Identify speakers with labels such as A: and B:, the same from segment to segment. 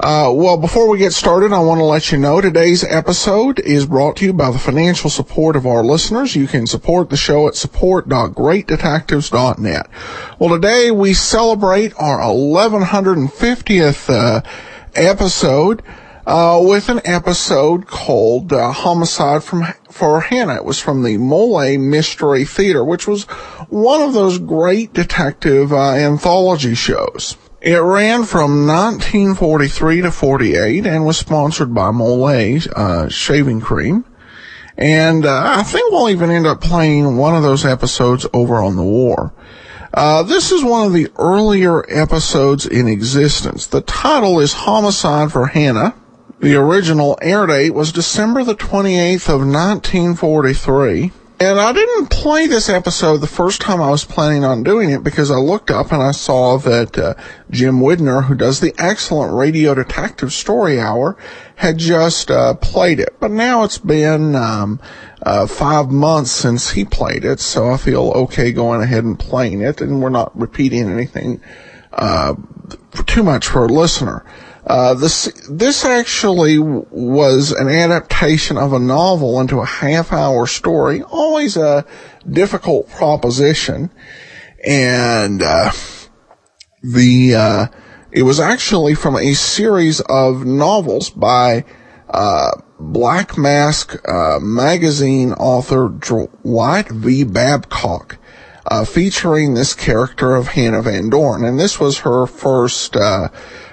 A: Uh, well, before we get started, I want to let you know today's episode is brought to you by the financial support of our listeners. You can support the show at support.greatdetectives.net. Well, today we celebrate our 1150th uh, episode uh, with an episode called uh, "Homicide from for Hannah." It was from the Mole Mystery Theater, which was one of those great detective uh, anthology shows. It ran from 1943 to 48 and was sponsored by Mole uh, shaving cream. And uh, I think we'll even end up playing one of those episodes over on the war. Uh, this is one of the earlier episodes in existence. The title is Homicide for Hannah. The original air date was December the 28th of 1943. And I didn't play this episode the first time I was planning on doing it because I looked up and I saw that uh, Jim Widner, who does the excellent Radio Detective Story Hour, had just uh, played it. But now it's been um, uh, five months since he played it, so I feel okay going ahead and playing it, and we're not repeating anything uh, too much for a listener. Uh, this this actually w- was an adaptation of a novel into a half hour story. Always a difficult proposition, and uh, the uh, it was actually from a series of novels by uh, Black Mask uh, magazine author Dr- Dwight V. Babcock. uh, featuring this character of Hannah Van Dorn, and this was her first uh,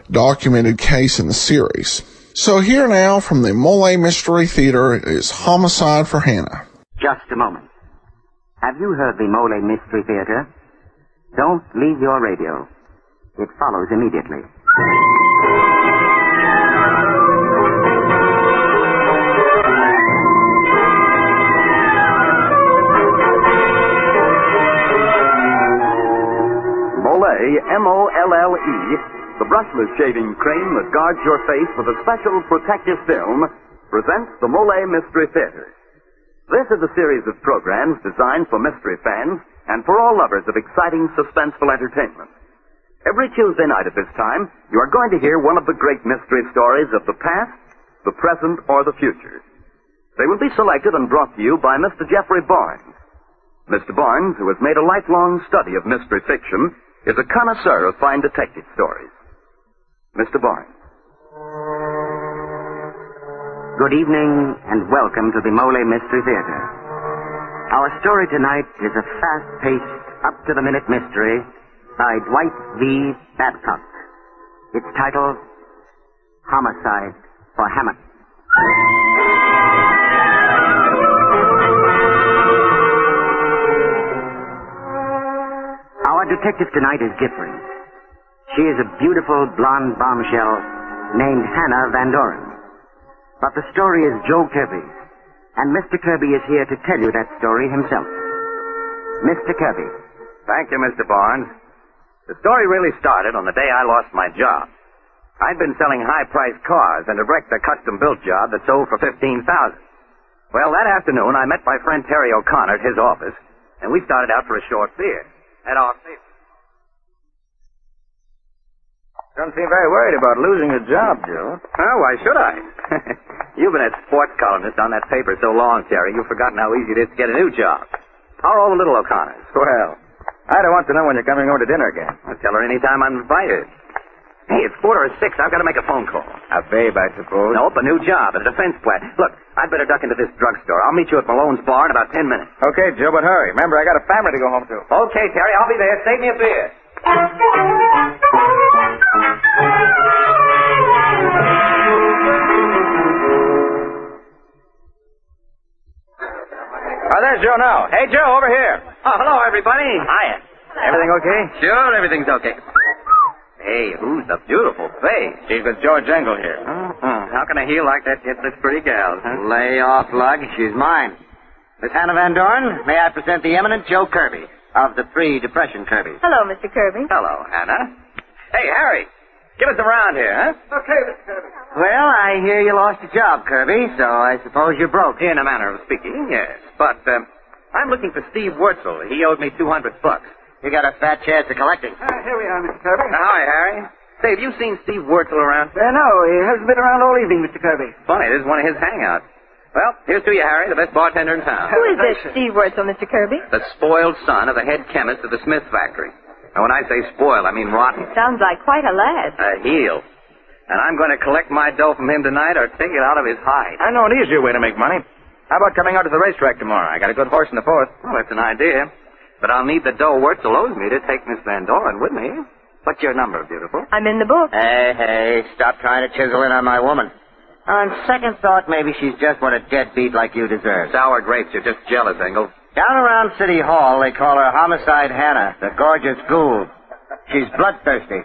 A: documented case in the series. So here now from the Mole Mystery Theater is Homicide for Hannah.
B: Just a moment. Have you heard the Mole Mystery Theater? Don't leave your radio. It follows immediately.
C: Mole, M-O-L-L-E, E. the brushless shaving cream that guards your face with a special protective film presents the Mole Mystery Theater. This is a series of programs designed for mystery fans and for all lovers of exciting, suspenseful entertainment. Every Tuesday night at this time, you are going to hear one of the great mystery stories of the past, the present, or the future. They will be selected and brought to you by Mr. Jeffrey Barnes. Mr. Barnes, who has made a lifelong study of mystery fiction, is a connoisseur of fine detective stories. Mr. Barnes.
B: Good evening and welcome to the Mole Mystery Theater. Our story tonight is a fast-paced, up-to-the-minute mystery by Dwight V. Babcock. It's titled Homicide for Hammett. Our detective tonight is different. She is a beautiful blonde bombshell named Hannah Van Doren. But the story is Joe Kirby's, and Mr. Kirby is here to tell you that story himself. Mr. Kirby.
D: Thank you, Mr. Barnes. The story really started on the day I lost my job. I'd been selling high-priced cars and had wrecked a custom-built job that sold for 15000 Well, that afternoon, I met my friend Terry O'Connor at his office, and we started out for a short beer at our favorite.
E: Don't seem very worried about losing your job, Joe.
D: Oh, why should I? You've been a sports columnist on that paper so long, Terry, you've forgotten how easy it is to get a new job. How are all the little O'Connors?
E: Well, I don't want to know when you're coming over to dinner again.
D: I tell her any time I'm invited. Hey, it's quarter of six. I've got to make a phone call.
E: A babe, I suppose.
D: Nope, a new job at a defense plant. Look, I'd better duck into this drugstore. I'll meet you at Malone's bar in about ten minutes.
E: Okay, Joe, but hurry. Remember, I got a family to go home to.
D: Okay, Terry, I'll be there. Save me a beer.
E: Oh, there's Joe now. Hey, Joe, over here.
D: Oh, hello, everybody. Hiya.
E: Everything okay?
D: Sure, everything's okay. Hey, who's the beautiful face?
E: She's with George Engel here.
D: Uh-huh. How can a heel like that get this pretty gal? Huh?
F: Lay off, Lug. She's mine. Miss Hannah Van Dorn, may I present the eminent Joe Kirby of the Free Depression Kirby.
G: Hello, Mr. Kirby.
D: Hello, Hannah. Hey, Harry. Give us a round here, huh?
H: Okay, Mr. Kirby.
F: Well, I hear you lost your job, Kirby, so I suppose you're broke.
D: In a manner of speaking, yes. But um, I'm looking for Steve Wurzel. He owed me 200 bucks.
F: You got a fat chance of collecting.
H: Ah, here we are, Mr. Kirby.
D: Now, Uh, hi, Harry. Say, have you seen Steve Wurzel around?
H: Uh, no, he hasn't been around all evening, Mr. Kirby.
D: Funny, this is one of his hangouts. Well, here's to you, Harry, the best bartender in town.
G: Who is this Steve Wurzel, Mr. Kirby?
D: The spoiled son of the head chemist of the Smith factory. And when I say spoiled, I mean rotten.
G: Sounds like quite a lad.
D: A heel. And I'm going to collect my dough from him tonight or take it out of his hide.
E: I know an easier way to make money. How about coming out to the racetrack tomorrow? I got a good horse in the fourth.
D: Well, that's an idea. But I'll need the dough Wurzel owes me to take Miss Van Doren with me. What's your number, beautiful?
G: I'm in the book.
F: Hey, hey, stop trying to chisel in on my woman. On second thought, maybe she's just what a deadbeat like you deserves.
D: Sour grapes, you're just jealous, Engel.
F: Down around City Hall, they call her Homicide Hannah, the gorgeous ghoul. She's bloodthirsty.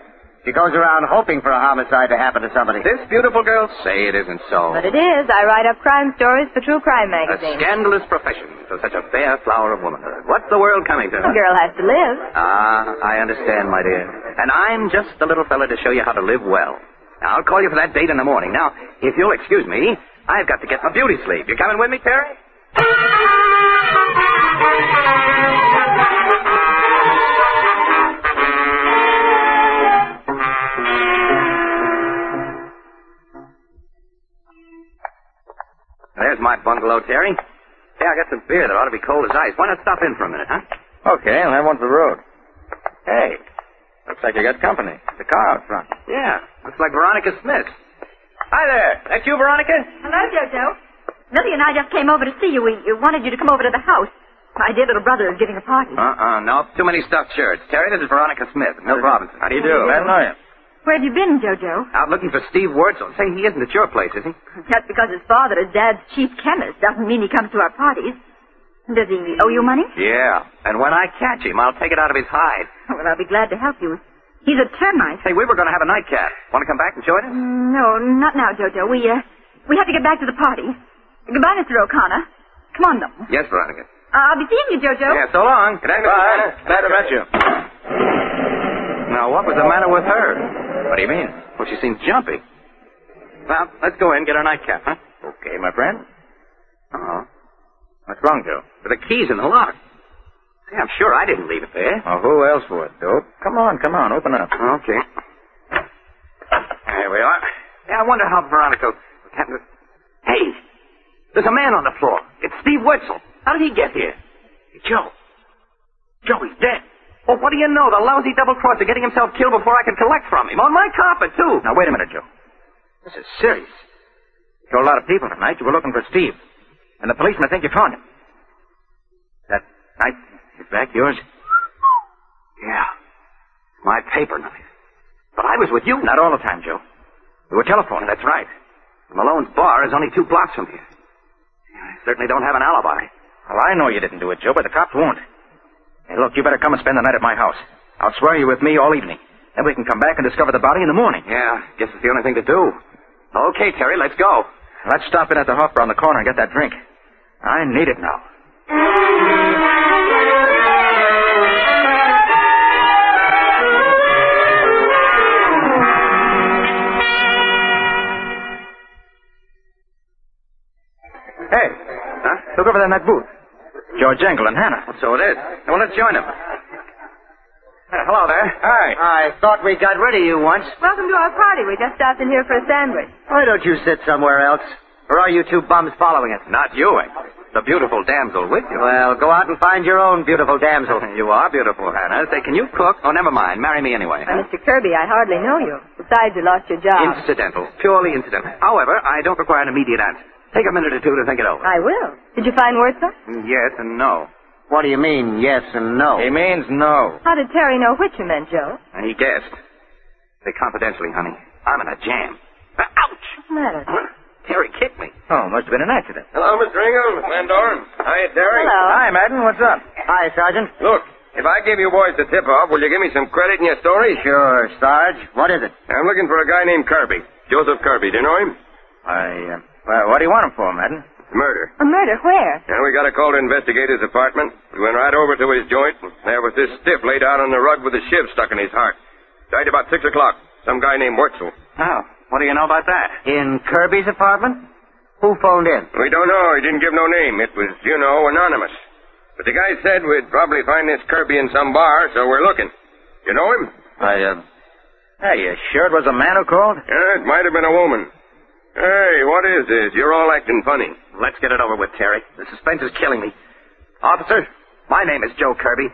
F: She goes around hoping for a homicide to happen to somebody.
D: This beautiful girl? Say it isn't so.
G: But it is. I write up crime stories for True Crime
D: A
G: magazine.
D: scandalous profession for such a fair flower of womanhood. What's the world coming to?
G: A girl has to live.
D: Ah, I understand, my dear. And I'm just the little fella to show you how to live well. Now, I'll call you for that date in the morning. Now, if you'll excuse me, I've got to get my beauty sleep. You coming with me, Terry? There's my bungalow, Terry. Hey, I got some beer that ought to be cold as ice. Why not stop in for a minute, huh?
E: Okay, I'll have one for the road. Hey, looks like you got company. The car out front.
D: Yeah, looks like Veronica Smith. Hi there. That's you, Veronica?
I: Hello, Jojo. Lily and I just came over to see you. We uh, wanted you to come over to the house. My dear little brother is giving a party.
D: Uh-uh, no. Too many stuffed shirts. Terry, this is Veronica Smith, Milt Robinson.
E: How do you do? Glad to know you.
I: Where have you been, Jojo?
D: Out looking for Steve Wurzel. Say, he isn't at your place, is he?
I: Just because his father is Dad's chief chemist doesn't mean he comes to our parties. Does he owe you money?
D: Yeah. And when I catch him, I'll take it out of his hide.
I: Well, I'll be glad to help you. He's a termite.
D: Hey, we were going to have a nightcap. Want to come back and join us?
I: No, not now, Jojo. We, uh, we have to get back to the party. Goodbye, Mr. O'Connor. Come on, Milton.
D: Yes, Veronica.
I: Uh, I'll be seeing you, Jojo.
D: Yeah, so long. Good night, Mr. Tanner.
E: Glad to meet you.
D: Now, what was the matter with her?
E: What do you mean?
D: Well, she seems jumpy. Well, let's go in and get our nightcap, huh? Uh-huh.
E: Okay, my friend.
D: Uh-oh.
E: What's wrong, Joe?
D: With the keys in the lock. Say, I'm sure I didn't leave it there.
E: Well, who else would, dope? Come on, come on, open up.
D: Okay. There we are. Yeah, I wonder how Veronica. Hey, there's a man on the floor. It's Steve Wetzel. How did he get here? Hey, Joe. Joe, he's dead. Well, what do you know? The lousy double crosser getting himself killed before I could collect from him. On my carpet, too.
E: Now, wait a minute, Joe. This is serious. You told a lot of people tonight you were looking for Steve. And the policemen think you found him. That knife is back yours?
D: Yeah. My paper knife. But I was with you.
E: Not all the time, Joe. You were telephoning.
D: That's right. Malone's bar is only two blocks from here. I certainly don't have an alibi.
E: Well, I know you didn't do it, Joe, but the cops won't. Hey, look, you better come and spend the night at my house. I'll swear you're with me all evening. Then we can come back and discover the body in the morning.
D: Yeah, guess it's the only thing to do. Okay, Terry, let's go.
E: Let's stop in at the Hofbräu on the corner and get that drink. I need it now. Hey,
D: Huh?
E: look over there in that booth. George Engel and Hannah.
D: So it is. Well, let's join him. Hello there.
E: Hi.
F: I thought we got rid of you once.
G: Welcome to our party. We just stopped in here for a sandwich.
F: Why don't you sit somewhere else? Or are you two bums following us?
D: Not you, eh? the beautiful damsel with you.
B: Well, go out and find your own beautiful damsel.
D: You are beautiful, Hannah. Say, can you cook? Oh, never mind. Marry me anyway.
G: Well, Mr. Kirby, I hardly know you. Besides, you lost your
B: Ah.
G: job.
D: Incidental. Purely incidental. However, I don't require an immediate answer. Take a minute or two to think it
B: Ah.
D: over.
G: I will. Did you find Werther?
D: Yes and no.
B: What do you mean, yes and no?
D: He means no.
G: How did Terry know which you meant, Joe?
D: And he guessed. Say confidentially, honey, I'm in a jam. Uh, Ouch!
G: What's the matter?
D: Terry kicked me. Oh, must have been an accident.
J: Hello, Mr. Ingham, Miss Van Doren. Hiya, Terry.
G: Hello.
D: Hi, Madden. What's up?
B: Hi, Sergeant.
J: Look, if I give you boys the tip-off, will you give me some credit in your story?
B: Sure, Sarge. What is it?
J: I'm looking for a guy named Kirby. Joseph Kirby. Do you know him?
D: I, uh, well, what do you want him for, Madden?
J: Murder.
G: A murder? Where?
J: And we got a call to investigate his apartment. We went right over to his joint, and there was this stiff laid out on the rug with a shiv stuck in his heart. Died about six o'clock. Some guy named Wurzel.
D: Oh, what do you know about that?
B: In Kirby's apartment? Who phoned in?
J: We don't know. He didn't give no name. It was, you know, anonymous. But the guy said we'd probably find this Kirby in some bar, so we're looking. You know him?
D: I, uh, hey, you sure it was a man who called?
J: Yeah, it might have been a woman. Hey, what is this? You're all acting funny.
D: Let's get it over with, Terry. The suspense is killing me. Officer, my name is Joe Kirby.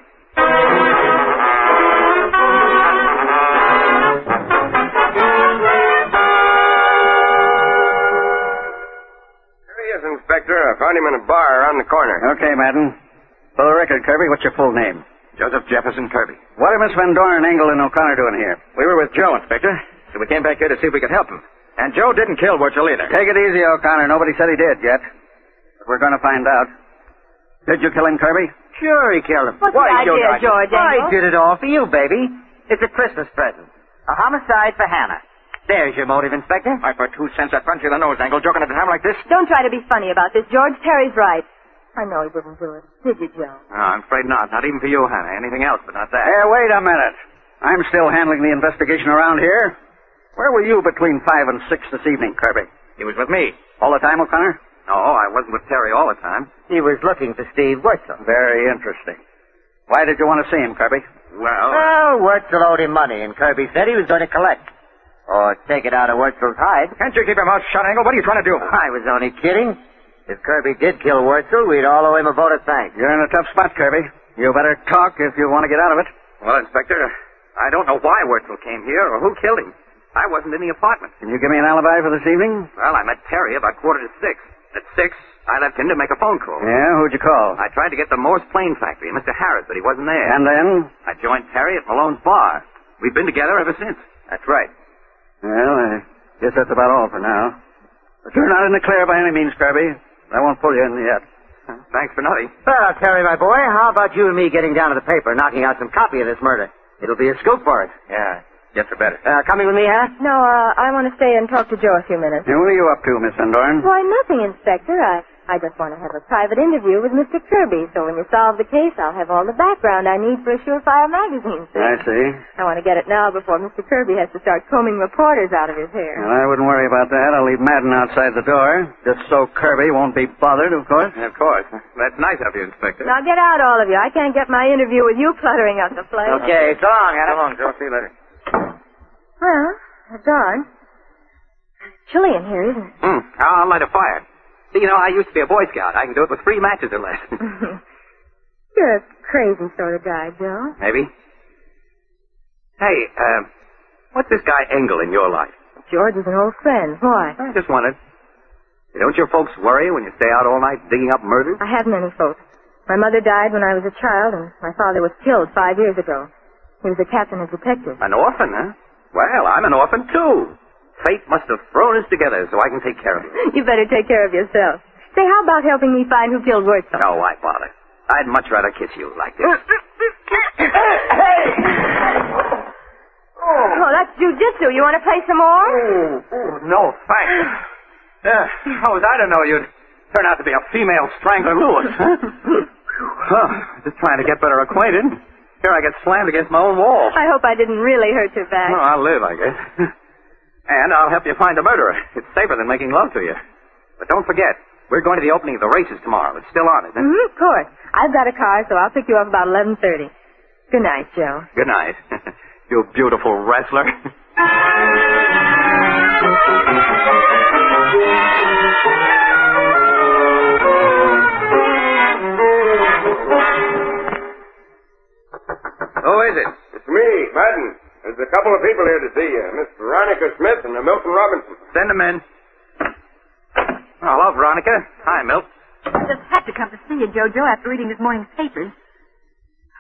J: Here he is, Inspector. I found him in a bar around the corner.
B: Okay, Madden. For the record, Kirby, what's your full name?
D: Joseph Jefferson Kirby.
B: What are Miss Van Doren, Engel, and O'Connor doing here?
D: We were with Joe, Inspector, so we came back here to see if we could help him. And Joe didn't kill Wurzel either.
B: Take it easy, O'Connor. Nobody said he did yet. But we're going to find out. Did you kill him, Kirby? Sure, he killed him.
G: What's the idea,
B: not?
G: George
B: I
G: Engel?
B: did it all for you, baby. It's a Christmas present. A homicide for Hannah. There's your motive, Inspector.
D: Why, for two cents, I'd punch you in the nose, Angle, joking at a time like this.
G: Don't try to be funny about this, George. Terry's right. I know he wouldn't do it. Did you, Joe?
D: No, Ah, I'm afraid not. Not even for you, Hannah. Anything else, but not that.
B: Hey, Eh, wait a minute. I'm still handling the investigation around here. Where were you between five and six this evening, Kirby?
D: He was with me.
B: All the time, O'Connor?
D: No, I wasn't with Terry all the time.
B: He was looking for Steve Wurzel. Very interesting. Why did you want to see him, Kirby?
D: Well,
B: Oh, Wurzel owed him money, and Kirby said he was going to collect. Or take it out of Wurzel's hide.
D: can't you keep your mouth shut, Angle? What are you trying to do?
B: I was only kidding. If Kirby did kill Wurzel, we'd all owe him a vote of thanks. You're in a tough spot, Kirby. You better talk if you want to get out of it.
D: Well, Inspector, I don't know why Wurzel came here or who killed him. I wasn't in the apartment.
B: Can you give me an alibi for this evening?
D: Well, I met Terry about quarter to six. At six, I left him to make a phone call.
B: Yeah, who'd you call?
D: I tried to get the Morse Plain Factory, Mr. Harris, but he wasn't there.
B: And then?
D: I joined Terry at Malone's bar. We've been together ever since. That's right.
B: Well, I guess that's about all for now. But you're not in the clear by any means, Kirby. I won't pull you in yet.
D: Thanks for nothing.
B: Well, Terry, my boy, how about you and me getting down to the paper, knocking out some copy of this murder? It'll be a scoop for us.
D: Yeah, yes, for better.
B: Uh, coming with me, Hannah?
G: No, uh, I want to stay and talk to Joe a few minutes.
B: What are you up to, Miss Van Doren?
G: Why, nothing, Inspector. I, I just want to have a private interview with Mr. Kirby, so when you solve the case, I'll have all the background I need for a Surefire magazine. See?
B: I see.
G: I want to get it now before Mr. Kirby has to start combing reporters out of his hair.
B: Well, I wouldn't worry about that. I'll leave Madden outside the door, just so Kirby won't be bothered, of course.
D: Of course. That's nice of you, Inspector.
G: Now get out, all of you. I can't get my interview with you cluttering up the place.
B: Okay, so long, Hannah.
D: Come on, Joe. See you later.
G: Well, darn. Chilly in here, isn't it?
D: Hmm. I'll light a fire. See, you know, I used to be a Boy Scout. I can do it with three matches or less.
G: You're a crazy sort of guy, Joe.
D: Maybe. Hey, uh, what's this guy Engel in your life?
G: George is an old friend. Why?
D: I just wondered. Don't your folks worry when you stay out all night digging up murders?
G: I haven't any folks. My mother died when I was a child, and my father was killed five years ago. He was a captain of detectives.
D: An orphan, huh? Well, I'm an orphan, too. Fate must have thrown us together so I can take care of you.
G: You better take care of yourself. Say, how about helping me find who killed Wurzel?
D: No, why bother? I'd much rather kiss you like this.
G: Oh, that's jujitsu. You want to play some more?
D: oh, no, thanks. Uh, how was I to know you'd turn out to be a female Strangler Lewis, huh? huh? Just trying to get better acquainted. Here I get slammed against my own wall.
G: I hope I didn't really hurt your back.
D: Well, I'll live, I guess. And I'll help you find the murderer. It's safer than making love to you. But don't forget, we're going to the opening of the races tomorrow. It's still on, isn't it?
G: Mhm, of course. I've got a car, so I'll pick you up about 11.30. Good night, Joe.
D: Good night. you beautiful wrestler.
G: Well,
D: Who is it?
J: It's me, Madden. There's a couple of people here to see you. Miss Veronica Smith and uh, Milton Robinson.
D: Send them in. Hello, Veronica. Hi, Milt.
I: I just had to come to see you, Jojo, after reading this morning's papers.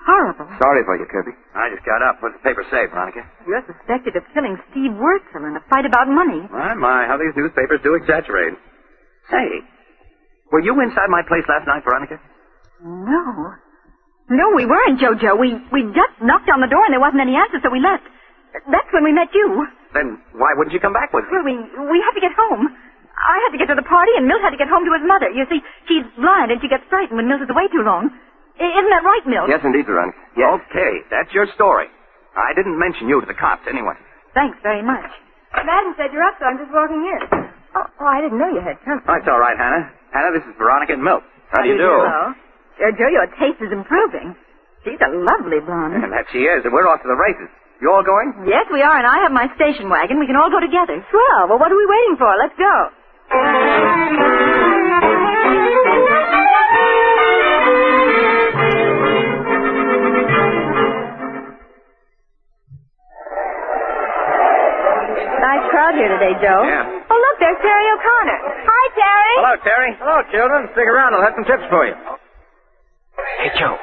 I: Horrible.
D: Sorry for you, Kirby. I just got up. What did the paper say, Veronica?
I: You're suspected of killing Steve Wurzel in a fight about money.
D: My, my, how these newspapers do exaggerate. Say, were you inside my place last night, Veronica?
I: No. No, we weren't, Jojo. We we just knocked on the door and there wasn't any answer, so we left. That's when we met you.
D: Then why wouldn't you come back with me?
I: Well, we we had to get home. I had to get to the party, and Milt had to get home to his mother. You see, she's blind and she gets frightened when Milt is away too long. I- Isn't that right, Milt?
D: Yes, indeed, Veronica. Yes. Okay, that's your story. I didn't mention you to the cops, anyway.
I: Thanks very much.
G: Madden said you're up, so I'm just walking in. Oh, oh I didn't know you had come.
D: That's all right, Hannah. Hannah, this is Veronica and Milt. How, do you do?
I: Hello. Jojo, your taste is improving. She's a lovely blonde.
D: And that she is, and we're off to the races. You all going?
I: Yes, we are, and I have my station wagon. We can all go together. Swell. Well, what are we waiting for? Let's go. Nice crowd here today, Joe.
K: Yeah.
I: Oh, look, there's Terry O'Connor. Hi, Terry.
K: Hello, Terry. Hello, children. Stick around. I'll have some tips for you.
L: Hey, Joe.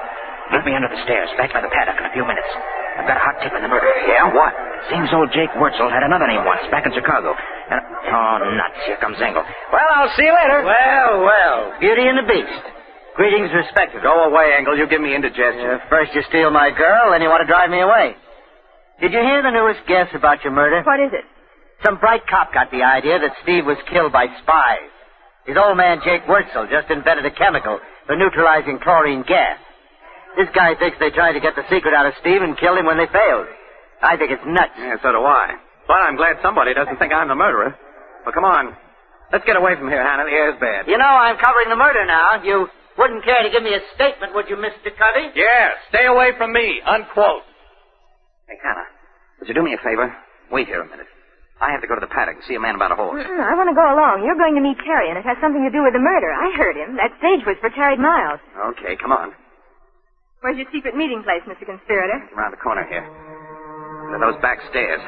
L: Meet me under the stairs, back by the paddock in a few minutes. I've got a hot tip on the murder. Yeah? What? Seems old Jake Wurzel had another name once, back in Chicago. And, oh, nuts. Here comes Engel. Well, I'll see you later.
K: Well, well.
L: Beauty and the Beast. Greetings, respected. Uh,
D: Go away, Engel. You give me indigestion.
L: First you steal my girl, then you want to drive me away. Did you hear the newest guess about your
D: Oh.
L: murder?
I: What is it?
L: Some bright cop got the idea that Steve was killed by spies. His old man, Jake Wurzel, just invented a chemical for neutralizing chlorine gas. This guy thinks they tried to get the secret out of Steve and killed him when they failed. I think it's nuts.
D: Yeah, so do I. But I'm glad somebody doesn't think I'm the murderer. Well, come on. Let's get away from here, Hannah. The air's bad.
L: You know, I'm covering the murder now. You wouldn't care to give me a statement, would you, Mr. Covey?
K: Yeah, stay away from me. Unquote.
D: Hey, Hannah, would you do me a favor? Wait here a minute. I have to go to the paddock and see a man about a horse.
G: Mm, I want to go along. You're going to meet Terry, and it has something to do with the murder. I heard him. That stage was for Terry Miles.
D: Okay, come on.
G: Where's your secret meeting place, Mr. Conspirator?
D: Around the corner here. Under those back stairs.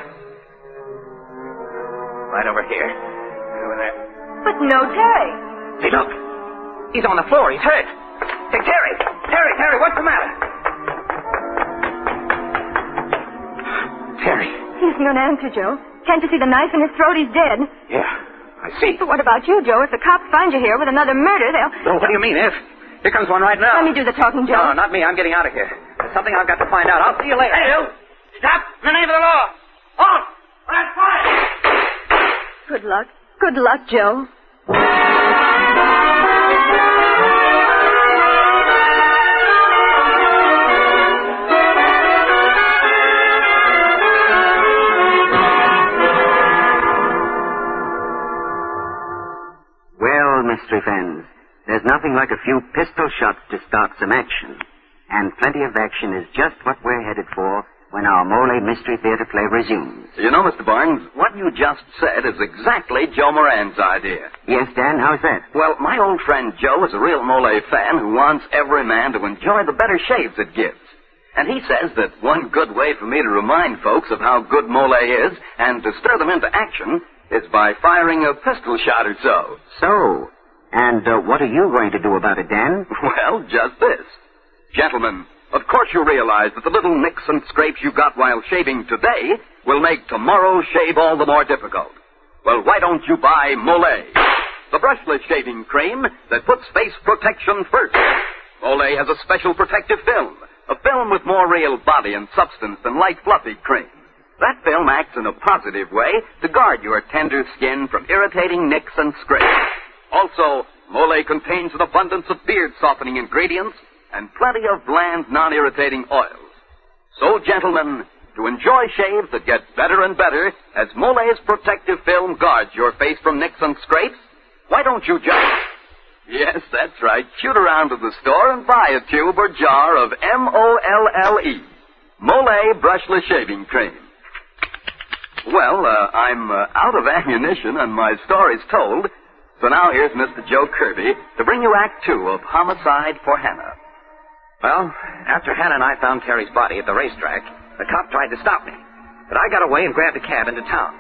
D: Right over here. Over there.
G: But no Terry.
D: Hey, look. He's on the floor. He's hurt. Hey, Terry. Terry, Terry, what's the matter? Terry.
G: He isn't going to answer, Joe. Can't you see the knife in his throat? He's dead.
D: Yeah, I see.
G: But what about you, Joe? If the cops find you here with another murder, they'll.
D: Oh, what do you mean, if? Here comes one right now.
G: Let me do the talking,
D: No,
G: Joe.
D: not me. I'm getting out of here. There's something I've got to find out. I'll see you later.
K: Hey, you! Stop in the name of the law. Halt! That's fine.
G: Good luck. Good luck, Joe.
B: Well, mystery fans, there's nothing like a few pistol shots to start some action. And plenty of action is just what we're headed for when our Mole Mystery Theater play resumes.
D: You know, Mr. Barnes, what you just said is exactly Joe Moran's idea.
B: Yes, Dan, how's that?
D: Well, my old friend Joe is a real Mole fan who wants every man to enjoy the better shaves it gives. And he says that one good way for me to remind folks of how good Mole is and to stir them into action is by firing a pistol shot or so.
B: So, and uh, what are you going to do about it, Dan?
D: Well, just this. Gentlemen, of course you realize that the little nicks and scrapes you got while shaving today will make tomorrow's shave all the more difficult. Well, why don't you buy Mole, the brushless shaving cream that puts face protection first? Mole has a special protective film, a film with more real body and substance than light fluffy cream. That film acts in a positive way to guard your tender skin from irritating nicks and scrapes. Also, Mole contains an abundance of beard softening ingredients and plenty of bland, non-irritating oils. So, gentlemen, to enjoy shaves that get better and better as Mole's protective film guards your face from nicks and scrapes, why don't you just... Yes, that's right. Shoot around to the store and buy a tube or jar of M-O-L-L-E. E. Mole Brushless Shaving Cream. Well, uh, I'm uh, out of ammunition and my story's told, so now here's Mr. Joe Kirby to bring you Act Two of Homicide for Hannah. Well, after Hannah and I found Terry's body at the racetrack, the cop tried to stop me. But I got away and grabbed a cab into town.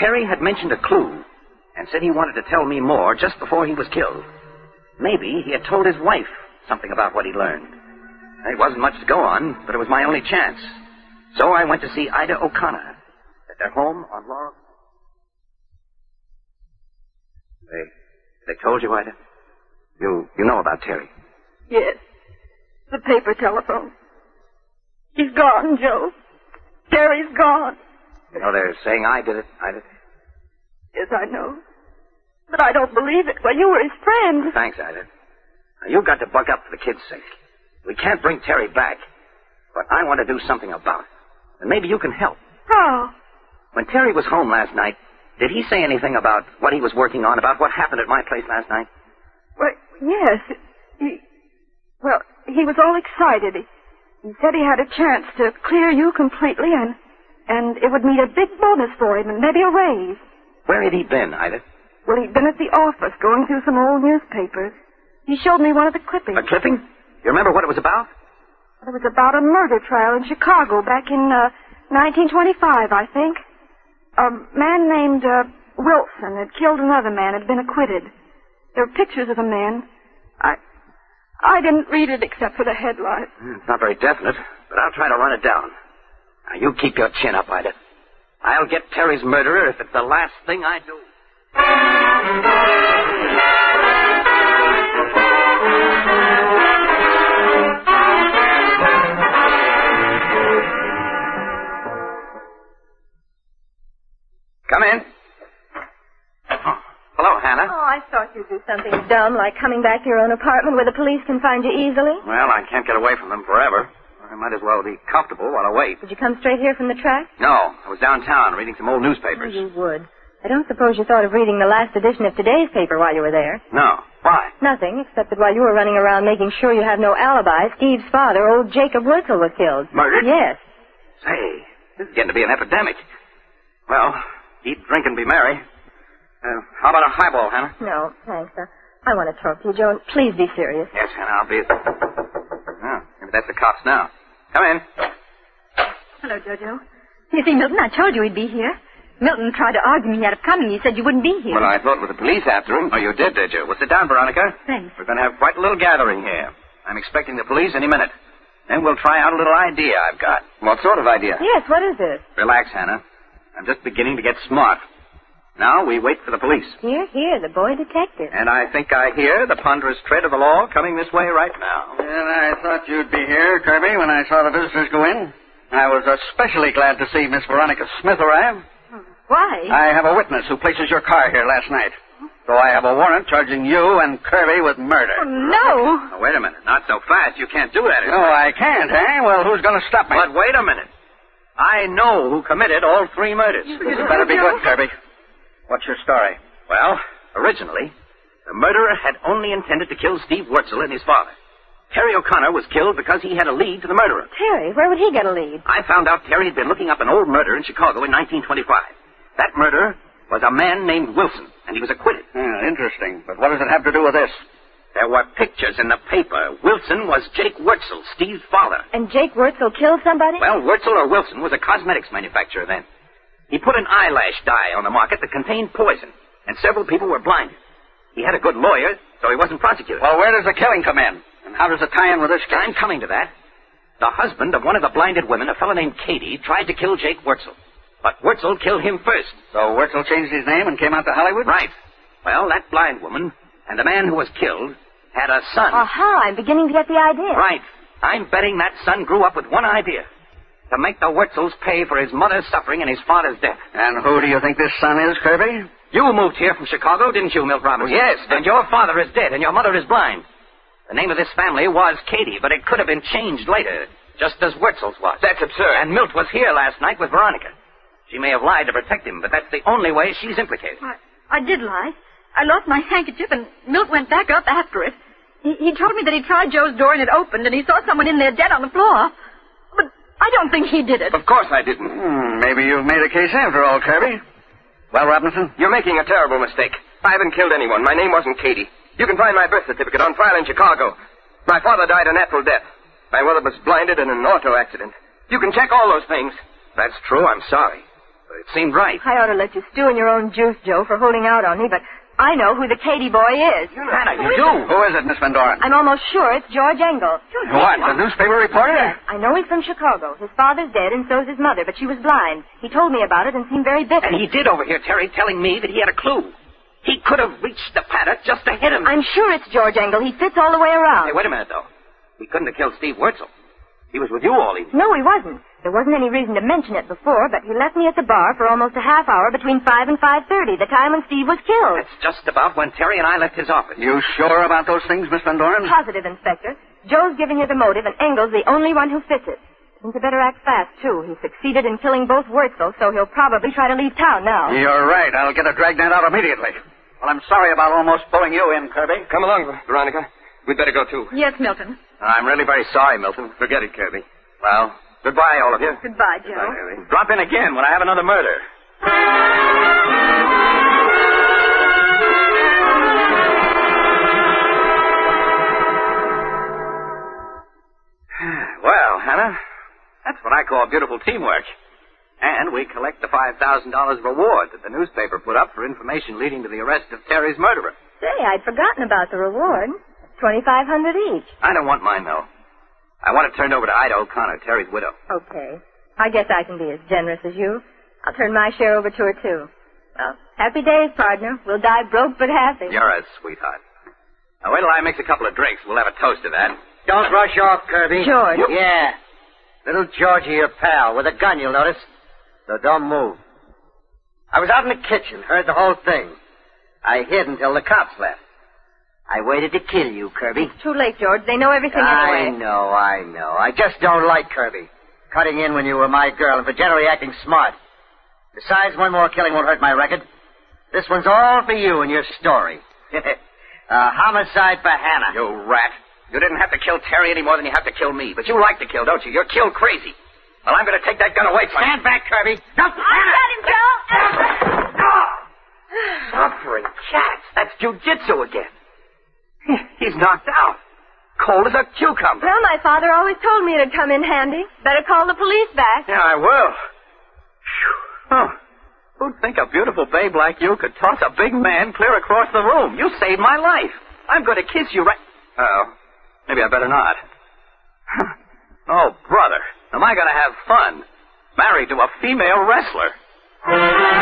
D: Terry had mentioned a clue and said he wanted to tell me more just before he was killed. Maybe he had told his wife something about what he learned. It wasn't much to go on, but it was my only chance. So I went to see Ida O'Connor at their home on Laurel. They, they told you, Ida? You, you know about Terry.
M: Yes. The paper telephone. He's gone, Joe. Terry's gone.
D: You know they're saying I did it. I did. it.
M: Yes, I know. But I don't believe it. Well, you were his friend.
D: Thanks, Ida. Now, you've got to buck up for the kid's sake. We can't bring Terry back, but I want to do something about it. And maybe you can help.
M: How?
D: When Terry was home last night, did he say anything about what he was working on, about what happened at my place last night?
M: Well, yes. He, well, he was all excited. He, he said he had a chance to clear you completely, and and it would mean a big bonus for him, and maybe a raise.
D: Where had he been, Ida?
M: Well, he'd been at the office going through some old newspapers. He showed me one of the clippings.
D: A clipping? You remember what it was about?
M: It was about a murder trial in Chicago back in uh, 1925, I think. A man named uh, Wilson had killed another man, had been acquitted. There were pictures of the men. I, I didn't read it except for the headline.
D: It's not very definite, but I'll try to run it down. Now, you keep your chin up, Ida. I'll get Terry's murderer if it's the last thing I do. Come in. Hello, Hannah.
G: Oh, I thought you'd do something dumb like coming back to your own apartment where the police can find you easily.
D: Well, I can't get away from them forever. I might as well be comfortable while I wait.
G: Did you come straight here from the track?
D: No, I was downtown reading some old newspapers.
G: You would. I don't suppose you thought of reading the last edition of today's paper while you were there.
D: No. Why?
G: Nothing, except that while you were running around making sure you have no alibi, Steve's father, old Jacob Wurzel, was killed.
D: Murdered?
G: Yes.
D: Say, this is getting to be an epidemic. Well, eat, drink, and be merry. Uh, how about a highball, Hannah?
G: No, thanks. Uh, I want to talk to you, Joan. Please be serious.
D: Yes, Hannah, I'll be. Oh, maybe that's the cops now. Come in.
I: Hello, Jojo. You see, Milton, I told you he'd be here. Milton tried to argue me out of coming. He said you wouldn't be here.
D: Well, I thought with the police after him. Oh, you did, did you? Well, sit down, Veronica.
I: Thanks.
D: We're going to have quite a little gathering here. I'm expecting the police any minute. Then we'll try out a little idea I've got. What sort of idea?
G: Yes, what is it?
D: Relax, Hannah. I'm just beginning to get smart. Now we wait for the police.
G: Here, here, the boy detective.
D: And I think I hear the ponderous tread of the law coming this way right now.
N: Well, I thought you'd be here, Kirby, when I saw the visitors go in. I was especially glad to see Miss Veronica Smith arrive.
I: Why?
N: I have a witness who places your car here last night. So I have a warrant charging you and Kirby with murder.
I: Oh, no.
D: Now, wait a minute. Not so fast. You can't do that.
N: No, I can't, eh? Well, who's going to stop me?
D: But wait a minute. I know who committed all three murders.
N: You better be good, Kirby. What's your story?
D: Well, originally, the murderer had only intended to kill Steve Wurzel and his father. Terry O'Connor was killed because he had a lead to the murderer.
G: Terry, where would he get a lead?
D: I found out Terry had been looking up an old murder in Chicago in 1925. That murderer was a man named Wilson, and he was acquitted.
N: Yeah, interesting. But what does it have to do with this?
D: There were pictures in the paper. Wilson was Jake Wurzel, Steve's father.
G: And Jake Wurzel killed somebody?
D: Well, Wurzel or Wilson was a cosmetics manufacturer then. He put an eyelash dye on the market that contained poison, and several people were blinded. He had a good lawyer, so he wasn't prosecuted.
N: Well, where does the killing come in? And how does it tie in with this case?
D: I'm coming to that. The husband of one of the blinded women, a fellow named Katie, tried to kill Jake Wurzel. But Wurzel killed him first.
N: So Wurzel changed his name and came out to Hollywood?
D: Right. Well, that blind woman and the man who was killed had a son.
G: Aha, I'm beginning to get the idea.
D: Right. I'm betting that son grew up with one idea to make the Wurzels pay for his mother's suffering and his father's death.
N: And who do you think this son is, Kirby?
D: You moved here from Chicago, didn't you, Milt Robinson?
N: Yes, but...
D: And your father is dead, and your mother is blind. The name of this family was Katie, but it could have been changed later, just as Wurzel's was.
N: That's absurd.
D: And Milt was here last night with Veronica. She may have lied to protect him, but that's the only way she's implicated.
I: I, I did lie. I lost my handkerchief, and Milt went back up after it. He, he told me that he tried Joe's door and it opened, and he saw someone in there dead on the floor. I don't think he did it.
D: Of course I didn't.
N: Hmm, maybe you've made a case after all, Kirby. Well, Robinson?
J: You're making a terrible mistake. I haven't killed anyone. My name wasn't Katie. You can find my birth certificate on file in Chicago. My father died a natural death.
D: Mayweather was blinded in an auto accident. You can check all those things. That's true. I'm sorry. But it seemed right.
G: I ought to let you stew in your own juice, Joe, for holding out on me, but I know who the Katie boy is. You know.
N: Hannah, you do. Who is it, Miss Van Doren?
G: I'm almost sure it's George Engel.
N: What, the newspaper reporter?
G: I know he's from Chicago. His father's dead, and so's his mother, but she was blind. He told me about it and seemed very bitter.
K: And he did overhear Terry telling me that he had a clue. He could have reached the paddock just to hit him.
G: I'm sure it's George Engel. He fits all the way around.
K: Hey, wait a minute, though. He couldn't have killed Steve Wurzel. He was with you all evening.
G: No, he wasn't. There wasn't any reason to mention it before, but he left me at the bar for almost a half hour between five and five thirty, the time when Steve was killed.
K: That's just about when Terry and I left his office.
N: You sure about those things, Miss Van Doren?
G: Positive, Inspector. Joe's giving you the motive, and Engel's the only one who fits it. Think you better act fast, too. He succeeded in killing both Wurzel, so he'll probably try to leave town now.
N: You're right. I'll get a dragnet out immediately. Well, I'm sorry about almost pulling you in, Kirby.
D: Come along, Veronica. We'd better go, too.
I: Yes, Milton.
D: I'm really very sorry, Milton. Forget it, Kirby. Well, goodbye, all of you.
I: Goodbye, Joe.
D: Drop in again when I have another murder. well, Hannah, that's what I call beautiful teamwork. And we collect the $5,000 reward that the newspaper put up for information leading to the arrest of Terry's murderer.
G: Say, I'd forgotten about the reward. Twenty-five hundred each.
D: I don't want mine, though. I want it turned over to Ida O'Connor, Terry's widow.
G: Okay. I guess I can be as generous as you. I'll turn my share over to her, too. Well, happy days, partner. We'll die broke but happy.
D: You're a sweetheart. Now, wait till I mix a couple of drinks. We'll have a toast to that.
L: Don't rush off, Kirby.
G: George.
L: Yeah. Little Georgie, your pal, with a gun, you'll notice. So don't move. I was out in the kitchen, heard the whole thing. I hid until the cops left. I waited to kill you, Kirby.
G: Too late, George. They know everything
L: I
G: anyway.
L: know, I know. I just don't like Kirby. Cutting in when you were my girl and for generally acting smart. Besides, one more killing won't hurt my record. This one's all for you and your story. A homicide for Hannah.
D: You rat. You didn't have to kill Terry any more than you have to kill me. But you like to kill, don't you? You're kill crazy. Well, I'm going to take that gun away from
L: Stand
D: you.
L: back, Kirby. Don't.
I: I got him, Joe.
D: Suffering cats. That's jujitsu again. He's knocked out. Cold as a cucumber.
G: Well, my father always told me it'd come in handy. Better call the police back.
D: Yeah, I will. Phew. Huh. Who'd think a beautiful babe like you could toss a big man clear across the room? You saved my life. I'm going to kiss you right. Oh, maybe I better not. Huh. oh, brother, am I going to have fun? Married to a female wrestler.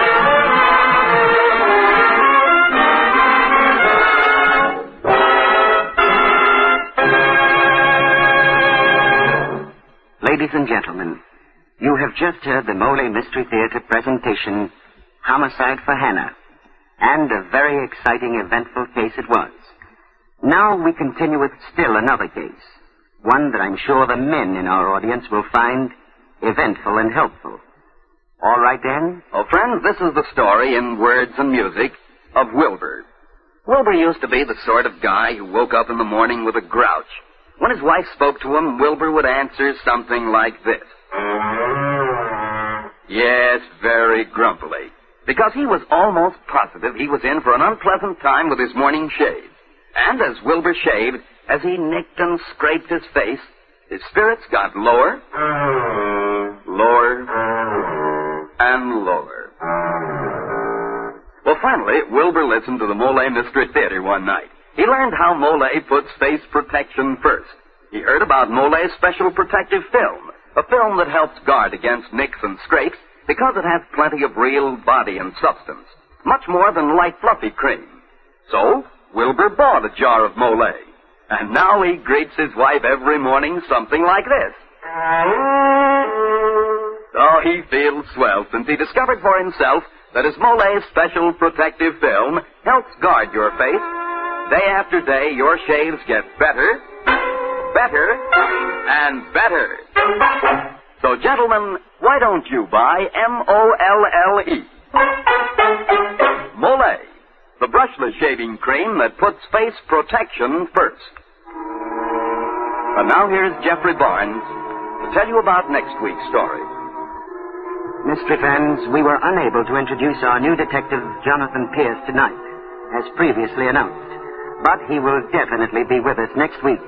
B: Ladies and gentlemen, you have just heard the Mole Mystery Theater presentation, Homicide for Hannah, and a very exciting, eventful case it was. Now we continue with still another case, one that I'm sure the men in our audience will find eventful and helpful. All right then?
C: Oh, friends, this is the story in words and music of Wilbur. Wilbur used to be the sort of guy who woke up in the morning with a grouch. When his wife spoke to him, Wilbur would answer something like this. Yes, very grumpily. Because he was almost positive he was in for an unpleasant time with his morning shave. And as Wilbur shaved, as he nicked and scraped his face, his spirits got lower, lower, and lower. Well, finally, Wilbur listened to the Mole Mystery Theater one night. He learned how Mole puts face protection first. He heard about Mole's special protective film, a film that helps guard against nicks and scrapes because it has plenty of real body and substance, much more than light fluffy cream. So, Wilbur bought a jar of Mole, and now he greets his wife every morning something like this. Oh, he feels swell since he discovered for himself that his Mole's special protective film helps guard your face. Day after day, your shaves get better, better, and better. So, gentlemen, why don't you buy M-O-L-L-E? E? Mole, the brushless shaving cream that puts face protection first. And now here's Jeffrey Barnes to tell you about next week's story.
B: Mystery fans, we were unable to introduce our new detective, Jonathan Pierce, tonight, as previously announced. But he will definitely be with us next week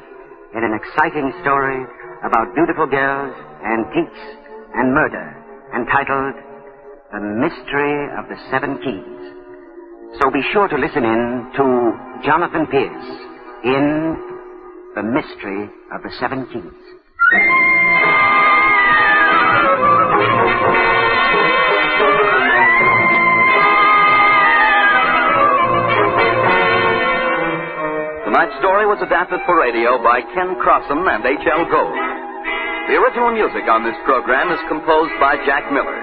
B: in an exciting story about beautiful girls, antiques, and murder, entitled The Mystery of the Seven Keys. So be sure to listen in to Jonathan Pierce in The Mystery of the Seven Keys.
O: Tonight's story was adapted for radio by Ken Crossan and H.L. Gold. The original music on this program is composed by Jack Miller.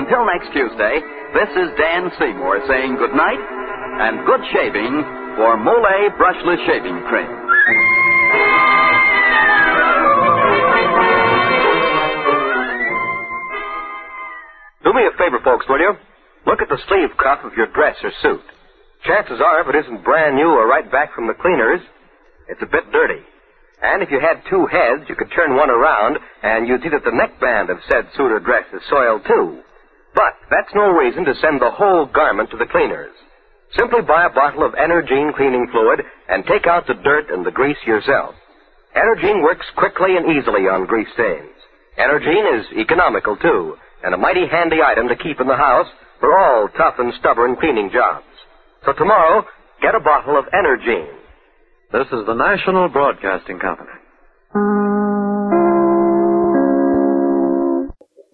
O: Until next Tuesday, this is Dan Seymour saying good night and good shaving for Mole Brushless Shaving Cream.
D: Do me a favor, folks, will you? Look at the sleeve cuff of your dress or suit. Chances are, if it isn't brand new or right back from the cleaners, it's a bit dirty. And if you had two heads, you could turn one around, and you'd see that the neckband of said suit or dress is soiled too. But that's no reason to send the whole garment to the cleaners. Simply buy a bottle of Energene cleaning fluid and take out the dirt and the grease yourself. Energene works quickly and easily on grease stains. Energene is economical too, and a mighty handy item to keep in the house for all tough and stubborn cleaning jobs. So tomorrow, get a bottle of Energene.
P: This is the National Broadcasting Company.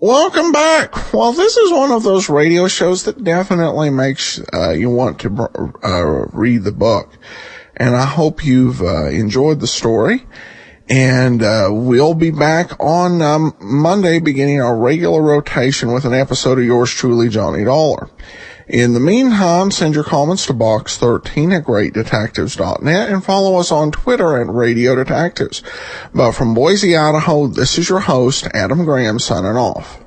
A: Welcome back. Well, this is one of those radio shows that definitely makes uh, you want to br- uh, read the book. And I hope you've uh, enjoyed the story. And uh, we'll be back on um, Monday, beginning our regular rotation with an episode of yours truly, Johnny Dollar. In the meantime, send your comments to Box 13 at GreatDetectives.net and follow us on Twitter at Radio Detectives. But from Boise, Idaho, this is your host, Adam Graham, signing off.